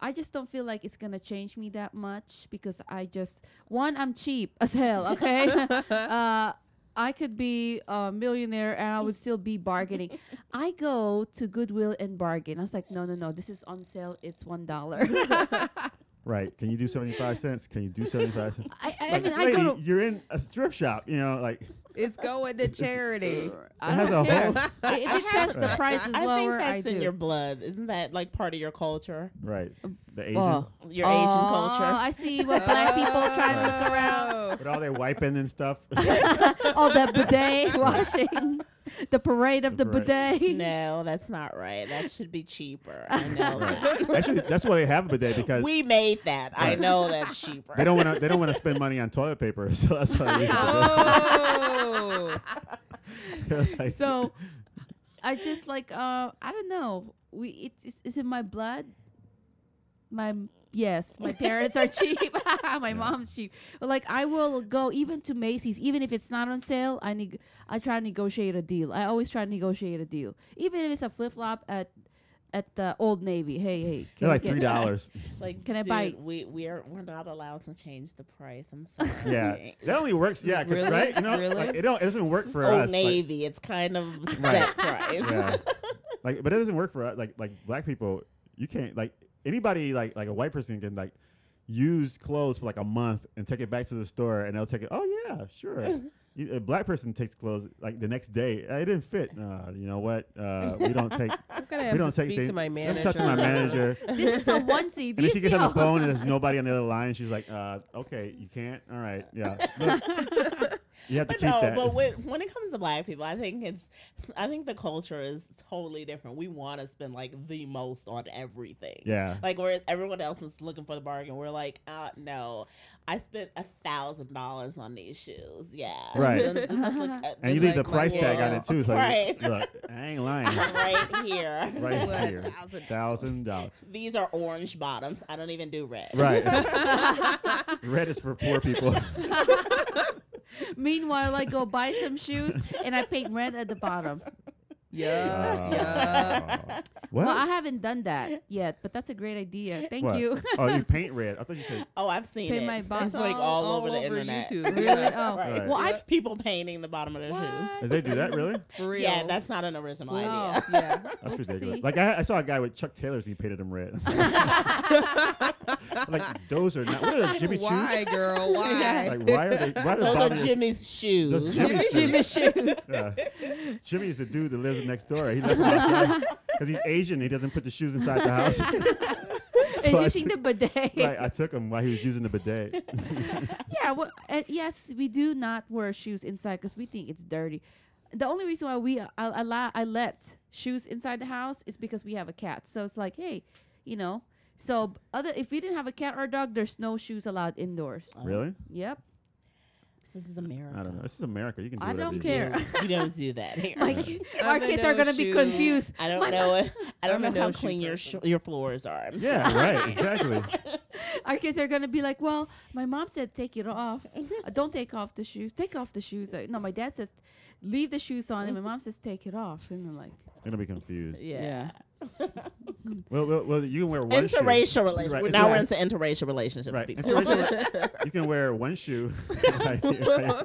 I just don't feel like it's gonna change me that much because I just one I'm cheap as hell. (laughs) Okay, uh, I could be a millionaire and I would still be bargaining. I go to Goodwill and bargain. I was like, no, no, no. This is on sale. It's one (laughs) dollar. I,
Right? Can you do seventy five cents? Can you do seventy five cents?
I,
Like,
mean, I
lady,
go. To,
you're in a thrift shop. You know, like
It's going to
(laughs)
charity.
I
has
don't
a
care.
(laughs)
whole-
I- if it says the price is
I
lower,
think that's
I do.
in your blood. Isn't that like part of your culture?
right. The Asian
Well,
(laughs) Your
Oh,
Asian
I see what black people try to
(laughs)
look around.
with all their wiping and
(laughs)
stuff.
All the
(laughs)
bidet washing, the parade of the,
The parade.
culture.
bidet.
no, that's not right. That should be cheaper.
(laughs)
I know that.
Right. Actually, that's why they have a bidet because
We made that. I
Right.
know that's cheaper.
they don't want to. They don't want to spend money on toilet paper, (laughs) so that's why. They
Oh.
They're like, (laughs)
So, I just like uh, I don't know. We it's it's, it's in my blood. My yes, my parents are cheap. (laughs) my
Yeah.
mom's cheap. But like I will go even to Macy's, even if it's not on sale. I neg- I try to negotiate a deal. I always try to negotiate a deal, even if it's a flip flop at at the Old Navy. Hey hey,
they're
you
like
get-
three dollars.
Like,
Can I
dude,
buy-
We we are we're not allowed to change the price. I'm (laughs) sorry.
Yeah, that only works. Yeah, 'cause,
Really?
right? You know, like,
Really?
it don't. It doesn't work for
Old
us. like-
Navy. it's kind of
(laughs) Right.
set price.
yeah. (laughs) Like, but it doesn't work for us. Like, like black people, you can't like anybody like like a white person can like use clothes for like a month and take it back to the store and they'll take it. Oh yeah,
(laughs)
sure. You, a black person takes clothes like the next day. "Uh, It didn't fit. Uh, you know what? Uh, we don't
(laughs)
take.
I'm gonna have
we don't
to
take
speak
things.
to my
Let me
manager.
talk to my manager.
(laughs) This is a
(laughs)
onesie.
And then she
These
gets on the
y'all-
phone and there's nobody on the other line. She's like, uh, "Okay, you can't. All right, yeah.
(laughs)
Look, you have to
(laughs) But
keep
no,
that."
but when, when it comes to black people, I think it's, I think the culture is totally different. We want to spend like the most on everything.
yeah,
Like where everyone else is looking for the bargain, we're like, uh, no, I spent a thousand dollars on these shoes. Yeah,
Right. and you leave the price tag on
world.
it too. So
(laughs) right?
look, I ain't lying.
(laughs) right here.
right
What?
here.
Thousand
Thousand dollars.
(laughs) These are orange bottoms. I don't even do red.
Right. Red is for poor
(laughs)
people. (laughs)
Oh,
(laughs) Meanwhile, I go buy some shoes and I paint red at the bottom.
(laughs) Yeah,
Oh.
yeah.
What?
Well, I haven't done that yet, but that's a great idea. Thank
What?
you.
(laughs) oh, you paint red. I thought you said.
Oh, I've seen
Paint
it.
my bo-
it's like all, over the internet. (laughs)
YouTube.
Really?
Yeah.
Oh,
Right.
well, I.
people painting the bottom of their
(laughs) What?
shoes.
Did they do that really?
For real.
Yeah, that's not an original
Wow. (laughs)
(laughs) idea.
Yeah.
That's
Oopsie.
ridiculous. Like I, I saw a guy with Chuck Taylors. He painted him
(laughs)
red. like those are not. What are those, Jimmy
why,
shoes? (laughs)
girl? Why?
Like why are they? Why are the
Those are
bottom of your-
Jimmy's shoes.
Those Jimmy
Jimmy,
shoes.
Jimmy
(laughs)
shoes.
Yeah. Jimmy is the dude that lives next door. He left
(laughs)
because he's Asian. He doesn't put the shoes inside the house.
and
So I
using the
took-
bidet.
right, I took him while he was using the bidet.
(laughs)
(laughs)
Yeah. Well, uh, yes, we do not wear shoes inside because we think it's dirty. The only reason why we uh, I- allow I let shoes inside the house is because we have a cat. So it's like, hey, you know. So b- other if we didn't have a cat or a dog, there's no shoes allowed indoors.
really?
Yep.
This is America.
I don't know. This is America. You can do
I
whatever
don't
you
We
want.
care.
don't- We don't do that here.
(laughs)
(laughs)
Like our
I'm a
kids are
no
gonna be
shoe.
confused.
I don't
my
know. If, I don't
I'm a
know how
no-shoe
clean your sh-
person.
your floors are. I'm
Yeah, right. Exactly.
Our kids are gonna be like, "Well, my mom said take it off. Uh, Don't take off the shoes. Take off the shoes." Uh, no, my dad says leave the shoes on, and my mom says take it off. And I'm like, (laughs)
They're gonna be confused.
Yeah.
Well, well, well, you can wear one shoe.
Interracial relationships.
Right,
Now we're
right.
into interracial relationships.
Right.
People.
(laughs)
(laughs)
Interracial (laughs) re- you can wear one shoe, (laughs) Right, right.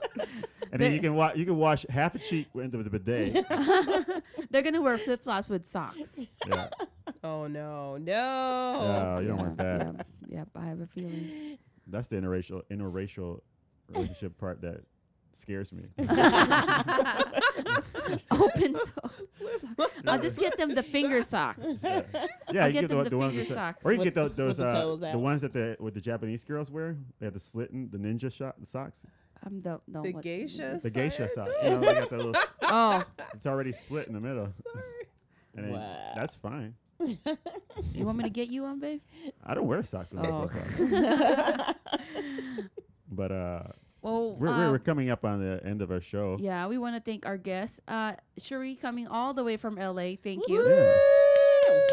and then you can wa- you can wash half a cheek with the
(laughs)
bidet.
they're gonna wear flip flops with socks.
Yeah.
Oh no, no.
No, Oh, you don't want
Oh, Yeah,
that.
yeah,
(laughs)
Yep, I have a feeling. (laughs)
That's the interracial interracial relationship part that scares
(laughs)
me.
Open toe. I'll just get them the finger socks.
yeah, yeah
I'll
you
get
get the,
them
one-
the
the ones
finger
that, sa-
socks.
or you
With-
get tho-
with
those
the
uh,
toes
the
out.
ones that the what the Japanese girls wear. They have the slit in the ninja shot the socks,
I'm the, no,
The
what-
geisha.
the geisha
side?
socks. You know, they got that
(laughs)
little, s-
Oh,
it's already split in the middle,
Sorry.
and then
Wow.
that's fine.
you want me to get you one,
(laughs)
babe?
I don't wear socks with
Oh.
oh. but uh,
Well,
we're,
um,
we're we're coming up on the end of our show.
yeah, we want to thank our guests. Uh, Cherie coming all the way from LA. Thank you.
Yeah.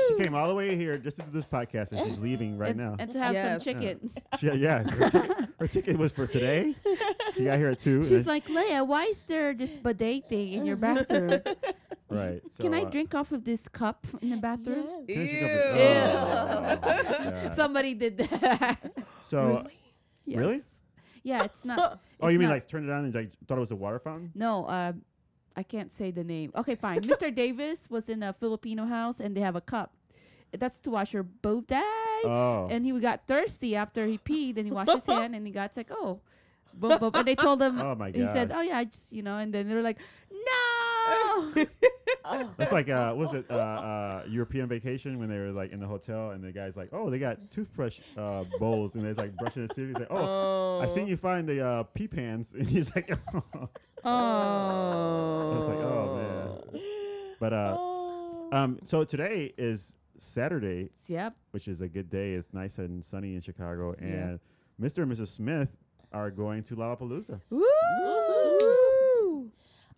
She came all the way here just to do this podcast, and she's leaving right
and,
now.
And to have
Yes.
some
Yeah.
chicken.
She, yeah, her,
(laughs)
tic- her ticket was for today. She got here at two. and
She's
then-
like, Leia, why is there this bidet thing in
(laughs)
your bathroom?
right. So,
Can I
uh,
drink off of this cup in the bathroom?
Yes.
Finish your
Ew.
coffee.
(laughs)
Oh, yeah.
Somebody did that. (laughs)
So, Really?
Yes. Yeah, it's not.
oh,
it's
you mean
not-
like turned it on and like thought it was a water fountain?
No, uh, I can't say the name. Okay, fine.
(laughs)
Mr. Davis was in a Filipino house and they have a cup. That's to wash your bodai.
Oh,
And he got thirsty after he peed and he washed his hand and he got like, oh, boop, boop. And they told him,
(laughs) Oh my
he said,
gosh.
oh, yeah, I just, you know, and then they were like, no.
Oh.
that's like uh, what was it uh, uh, European vacation when they were like in the hotel and the guy's like, oh, they got toothbrush uh, bowls and they're like brushing their teeth. He's like, oh, I seen you find the uh, pee pans, (laughs) and he's like, I
oh.
was like, oh man. But uh,
Oh.
um, so today is Saturday,
Yep.
which is a good day. It's nice and sunny in Chicago,
Yeah.
and Mr. and Mrs. Smith are going to Lollapalooza.
Woo!
Woo.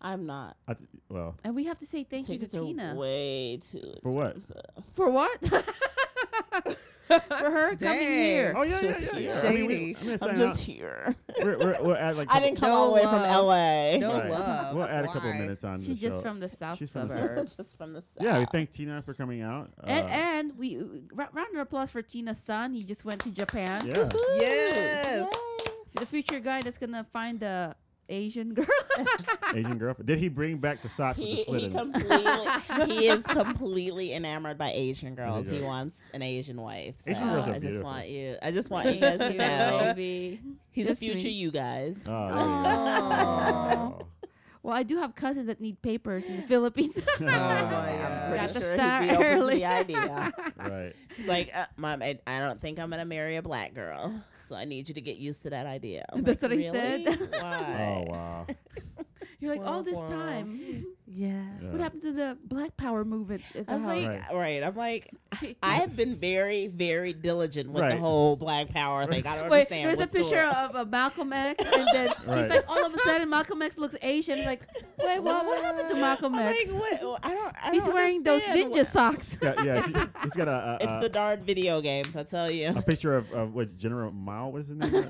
I'm not.
I th- well,
And we have to say thank
Tickets
you
are
to Tina.
way too
For what?
expensive.
For what? (laughs) For her coming here.
oh yeah, yeah,
Just
yeah,
here.
yeah. I mean, we-
Shady.
I'm just
I'm
saying,
just
uh,
here.
we're, we're, we're at like
I didn't come all the way from
No
LA. (laughs)
No
Right.
love.
We'll add a couple
Why?
minutes on
She's
the
just
show.
from the south
She's from the south.
suburbs.
just from the south.
yeah, we thank Tina for coming out.
and,
Uh,
and we ra- round of applause for Tina's son. He just went to Japan.
yeah,
Woo.
Yes.
Yay.
The future guy that's gonna find the Asian girl.
Asian girlfriend. Did he bring back the socks with
He,
the slit
he
in? it?
(laughs)
completely he is completely enamored by Asian girls. He
good.
wants an Asian wife. So
Asian girls are
I just
beautiful.
want you. I just want you guys to
Thank (laughs) you,
know
baby.
he's a
Just
future
me.
you guys.
Oh, there you
(laughs)
go.
Aw.
Oh.
Well, I do have cousins that need papers in the Philippines.
(laughs)
(laughs)
Oh,
my
I'm
God.
pretty
Got to
sure
start
he'd be open
early.
to
(laughs)
the idea.
Right.
He's like, uh, mom, I, I don't think I'm gonna marry a black girl, so I need you to get used to that idea. I'm
That's
like,
what I said. (laughs)
"Really?
Oh
Why? (laughs)
wow.
You're like all this
Wah, wah.
time.
Yeah.
Yeah.
What happened to the Black Power movement at the
I was
house?
like,
Right.
right. I'm like, I have been very, very diligent with
Right.
the whole Black Power thing. I
(laughs)
don't
Wait,
understand.
there's a
what's going
picture of uh, Malcolm
(laughs)
X, and then
Right.
he's like, all of a sudden, Malcolm X looks Asian. Like, wait, what? What happened
(laughs)
to Malcolm
I'm
X?
Like, what? what- I don't. I
he's
don't
wearing those
understand
ninja
what-
socks.
He's got, yeah, he-
(laughs)
he's got a a,
It's the
a,
darn video games, I tell you.
a picture of, of what General Mao was in
(laughs)
there.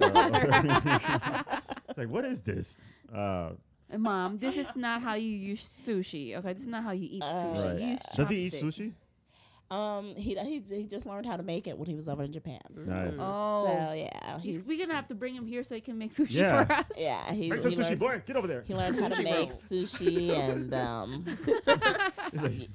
(laughs) it's like, what is this? Uh,
Mom, this is not how you use sushi. Okay, this is not how you eat sushi.
Uh,
right.
You use
Does he eat
chopsticks.
sushi? uh,
Um, he, he he just learned how to make it when he was over in Japan. So,
Nice.
Oh.
so, yeah,
He's,
he's,
we're gonna have to bring him here so he can make sushi
Yeah.
for us. (laughs)
yeah (laughs) he,
Make some
he
sushi,
learned,
boy. Get over there. (laughs)
He learned how to
Sushi
make
roll.
sushi, and um,
He's like-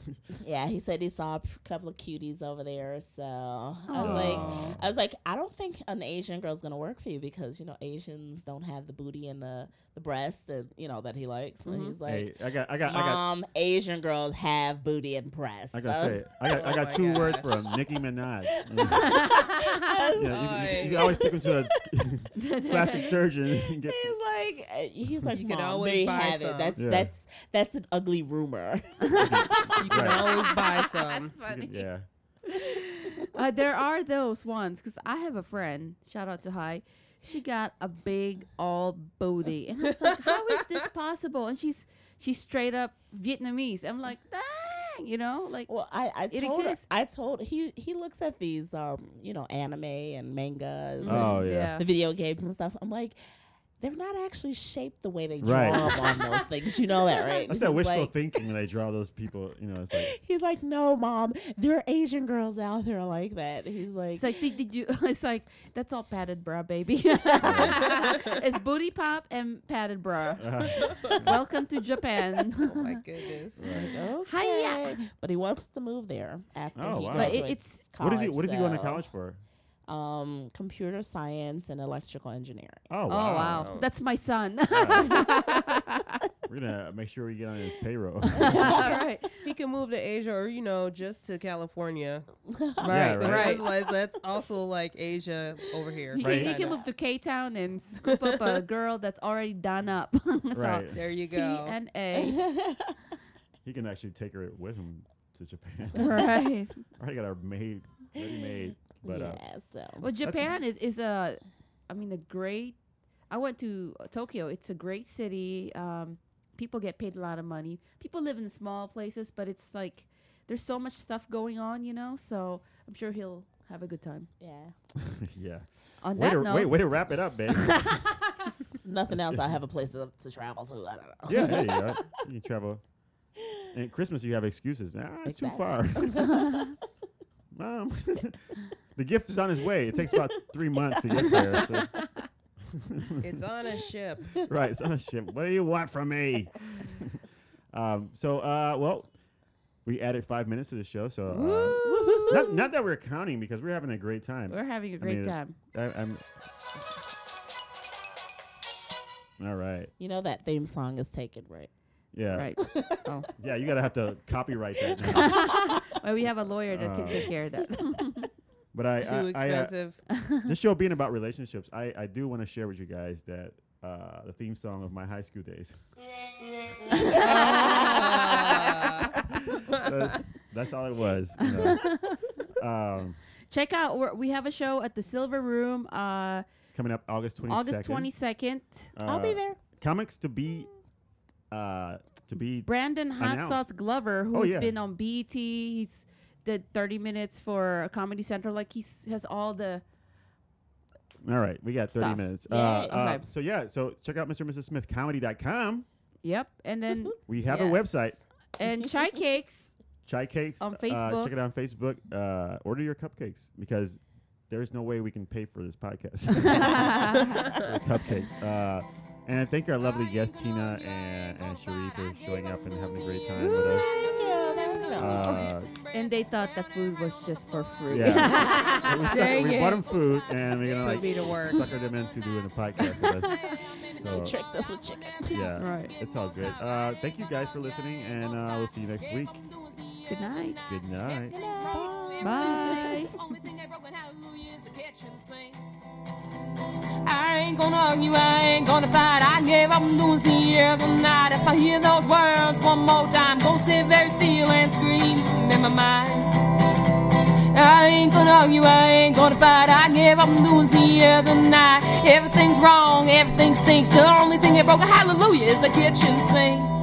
yeah, he said he saw a p- couple of cuties over there. So I was like.
Aw.
I was like, I don't think an Asian girl's gonna work for you because you know Asians don't have the booty and the, the breast and you know that he likes. And
Mm-hmm.
Mhm.
he's like,
hey, I got, I got, I got.
Mom, Asian girls have booty and breast.
I gotta say,
(laughs) was-
it. I got, I
Oh
got
my
two
(laughs)
words for
gosh.
him: Nicki Minaj. yeah, you, you- you- you
Nice.
always take him to a (laughs)
(laughs)
plastic surgeon. And get,
He's like, uh, he's like,
You can
Mom,
always
they
buy
have
some."
it. That's
Yeah.
that's that's an ugly rumor. (laughs)
You can
Right.
(laughs)
always buy some.
That's funny.
yeah,
uh, there are those ones because I have a friend. Shout out to Hi. She got a big all booty, and I was like, "How is this possible?" And she's she's straight up Vietnamese. I'm like, "Dang," you know, like
well, I I
It
told her-
exists.
I told he he looks at these um you know anime and manga, and
Oh, yeah.
the video games and stuff. I'm like. They're not actually shaped the way they draw
Right. (laughs)
them on those things. You know that, right?
that's
He's
that wishful
like-
thinking when they draw those people. You know, it's
(laughs)
like
He's like, no, mom, there are Asian girls out there like that. He's like,
It's like, did, did you? (laughs) It's like that's all padded bra, baby. (laughs) it's booty pop and padded
(laughs)
bra.
uh,
Welcome to Japan.
(laughs) Oh my goodness.
okay.
Hiya.
But he wants to move there after.
Oh,
he
wow.
But it,
graduates
it's
what
college,
is he? What is he going to
so-
college for?
um, computer science, and electrical
(laughs)
engineering.
Oh wow.
Oh wow.
wow.
that's my son.
We're gonna make sure we get
(laughs)
on his payroll.
(laughs)
(laughs)
All right.
He can move to Asia or, you know, just
(laughs)
to California.
Yeah,
Right,
Because
right.
Otherwise, that's also like Asia over here.
He,
Right.
can, he can
Kinda.
move to K Town and scoop
(laughs)
up a girl that's already done up. (laughs) so
right.
There you
T
go.
and
(laughs)
A.
uh,
He can actually take her with him to Japan.
(laughs)
(laughs)
Right.
already got her made, ready made. But uh,
yeah, so
Well, Japan is, is a, I mean, a great. I went to uh, Tokyo. It's a great city. Um, people get paid a lot of money. People live in small places, but it's like there's so much stuff going on, you know. So I'm sure he'll have a good time.
yeah,
(laughs) yeah.
On
Way
that
to,
note,
way, way to wrap it up, babe.
(laughs)
nothing else. I have a place to, to travel to. I don't (laughs) know.
yeah, there you go. You can travel. And at Christmas, you have excuses. Nah, it's too far. (laughs) Mom, (laughs) the gift is on his way. It takes about three months to get there. so-
(laughs) it's on
(laughs)
a ship.
right, it's on (laughs) a ship. What do you want from me? um, so, uh, well, we added five minutes to the show. So, uh, not, not that we're counting because we're having a great time.
we're having
I
a
mean,
great
it's-
time.
I, I'm. All right.
You know that theme song is taken, right?
Yeah. (laughs)
Right. oh, (laughs)
Yeah, you gotta have to copyright that. Now.
well, we have a lawyer that can
Uh.
take care
(laughs)
of that.
But I, I,
Too
I, uh,
(laughs)
expensive.
this show being about relationships, I, I do want to share with you guys that uh, the theme song of my high school days. (laughs)
Ah.
that's, that's all it was. you
(laughs)
know. um,
Check out we're, we have a show at the Silver Room, uh,
it's coming up August twenty second.
August twenty second.
Uh,
I'll be there.
Comics to be, uh, to be
Brandon Hot
Announced.
Sauce Glover, who's
Oh, yeah.
been on BET, he's did 30 minutes for Comedy Central. Like he has all the
all right. We got thirty
Stuff.
minutes.
Yay.
Uh, uh,
Okay.
so yeah, so check out Mr. and Mrs. Smith Comedy.com.
yep, and then
We (laughs) have a
Yes.
website.
and
(laughs)
chai cakes. (laughs)
Chai Cakes
On
Uh,
Facebook.
check it out on Facebook. Uh, order your cupcakes because there's no way we can pay for this
(laughs)
podcast. Uh,
(laughs)
(laughs)
Or cupcakes. Uh, and I thank our
Oh,
lovely guests Tina and, and Cherie for showing up and having a great time with us.
(laughs)
Uh,
and they thought the food was just for free. (laughs)
yeah, Uh,
(laughs)
we, suck,
Dang
we bought
it.
them food and we're gonna
Put me to
like
work.
sucker them into doing the podcast with
(laughs)
us. So
Tricked us with chicken.
yeah,
Right.
it's all good. Uh, thank you guys for listening, and uh, we'll see you next week.
Good night.
Good night.
Bye.
Only thing I broke in hallelujah is the catch and sing. I ain't gonna argue, I ain't gonna fight. I gave up on doing see every night. If I hear those words one more time, gonna sit very still and scream in my mind. I ain't gonna argue, I ain't gonna fight. I gave up on doing see every night. Everything's wrong, everything stinks. The only thing that broke a hallelujah is the kitchen sink.